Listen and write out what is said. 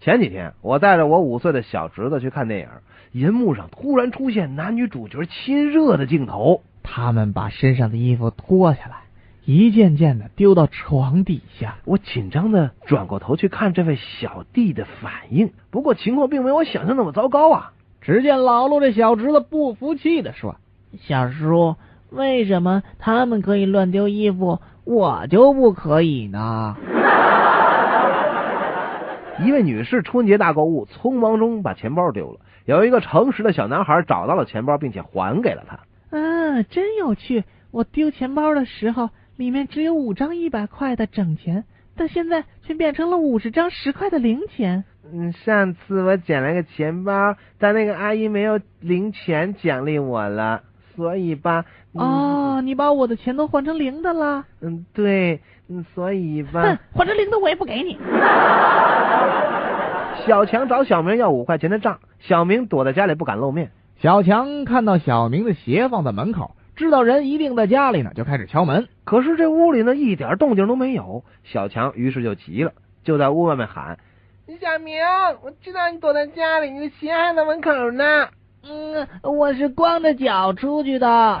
前几天，我带着我五岁的小侄子去看电影，银幕上突然出现男女主角亲热的镜头。他们把身上的衣服脱下来，一件件的丢到床底下。我紧张的转过头去看这位小弟的反应，不过情况并没有我想象那么糟糕啊。只见老陆这小侄子不服气的说：“小叔，为什么他们可以乱丢衣服，我就不可以呢？”一位女士春节大购物，匆忙中把钱包丢了，有一个诚实的小男孩找到了钱包，并且还给了她。嗯，真有趣。我丢钱包的时候，里面只有五张一百块的整钱，但现在却变成了五十张十块的零钱。嗯，上次我捡了个钱包，但那个阿姨没有零钱奖励我了，所以吧，嗯、哦，你把我的钱都换成零的了。嗯，对，嗯，所以哼吧，，换成零的我也不给你。小强找小明要五块钱的账，小明躲在家里不敢露面。小强看到小明的鞋放在门口，知道人一定在家里呢，就开始敲门。可是这屋里呢一点动静都没有，小强于是就急了，就在屋外面喊。小明，我知道你躲在家里，你的鞋还在门口呢。嗯，我是光着脚出去的。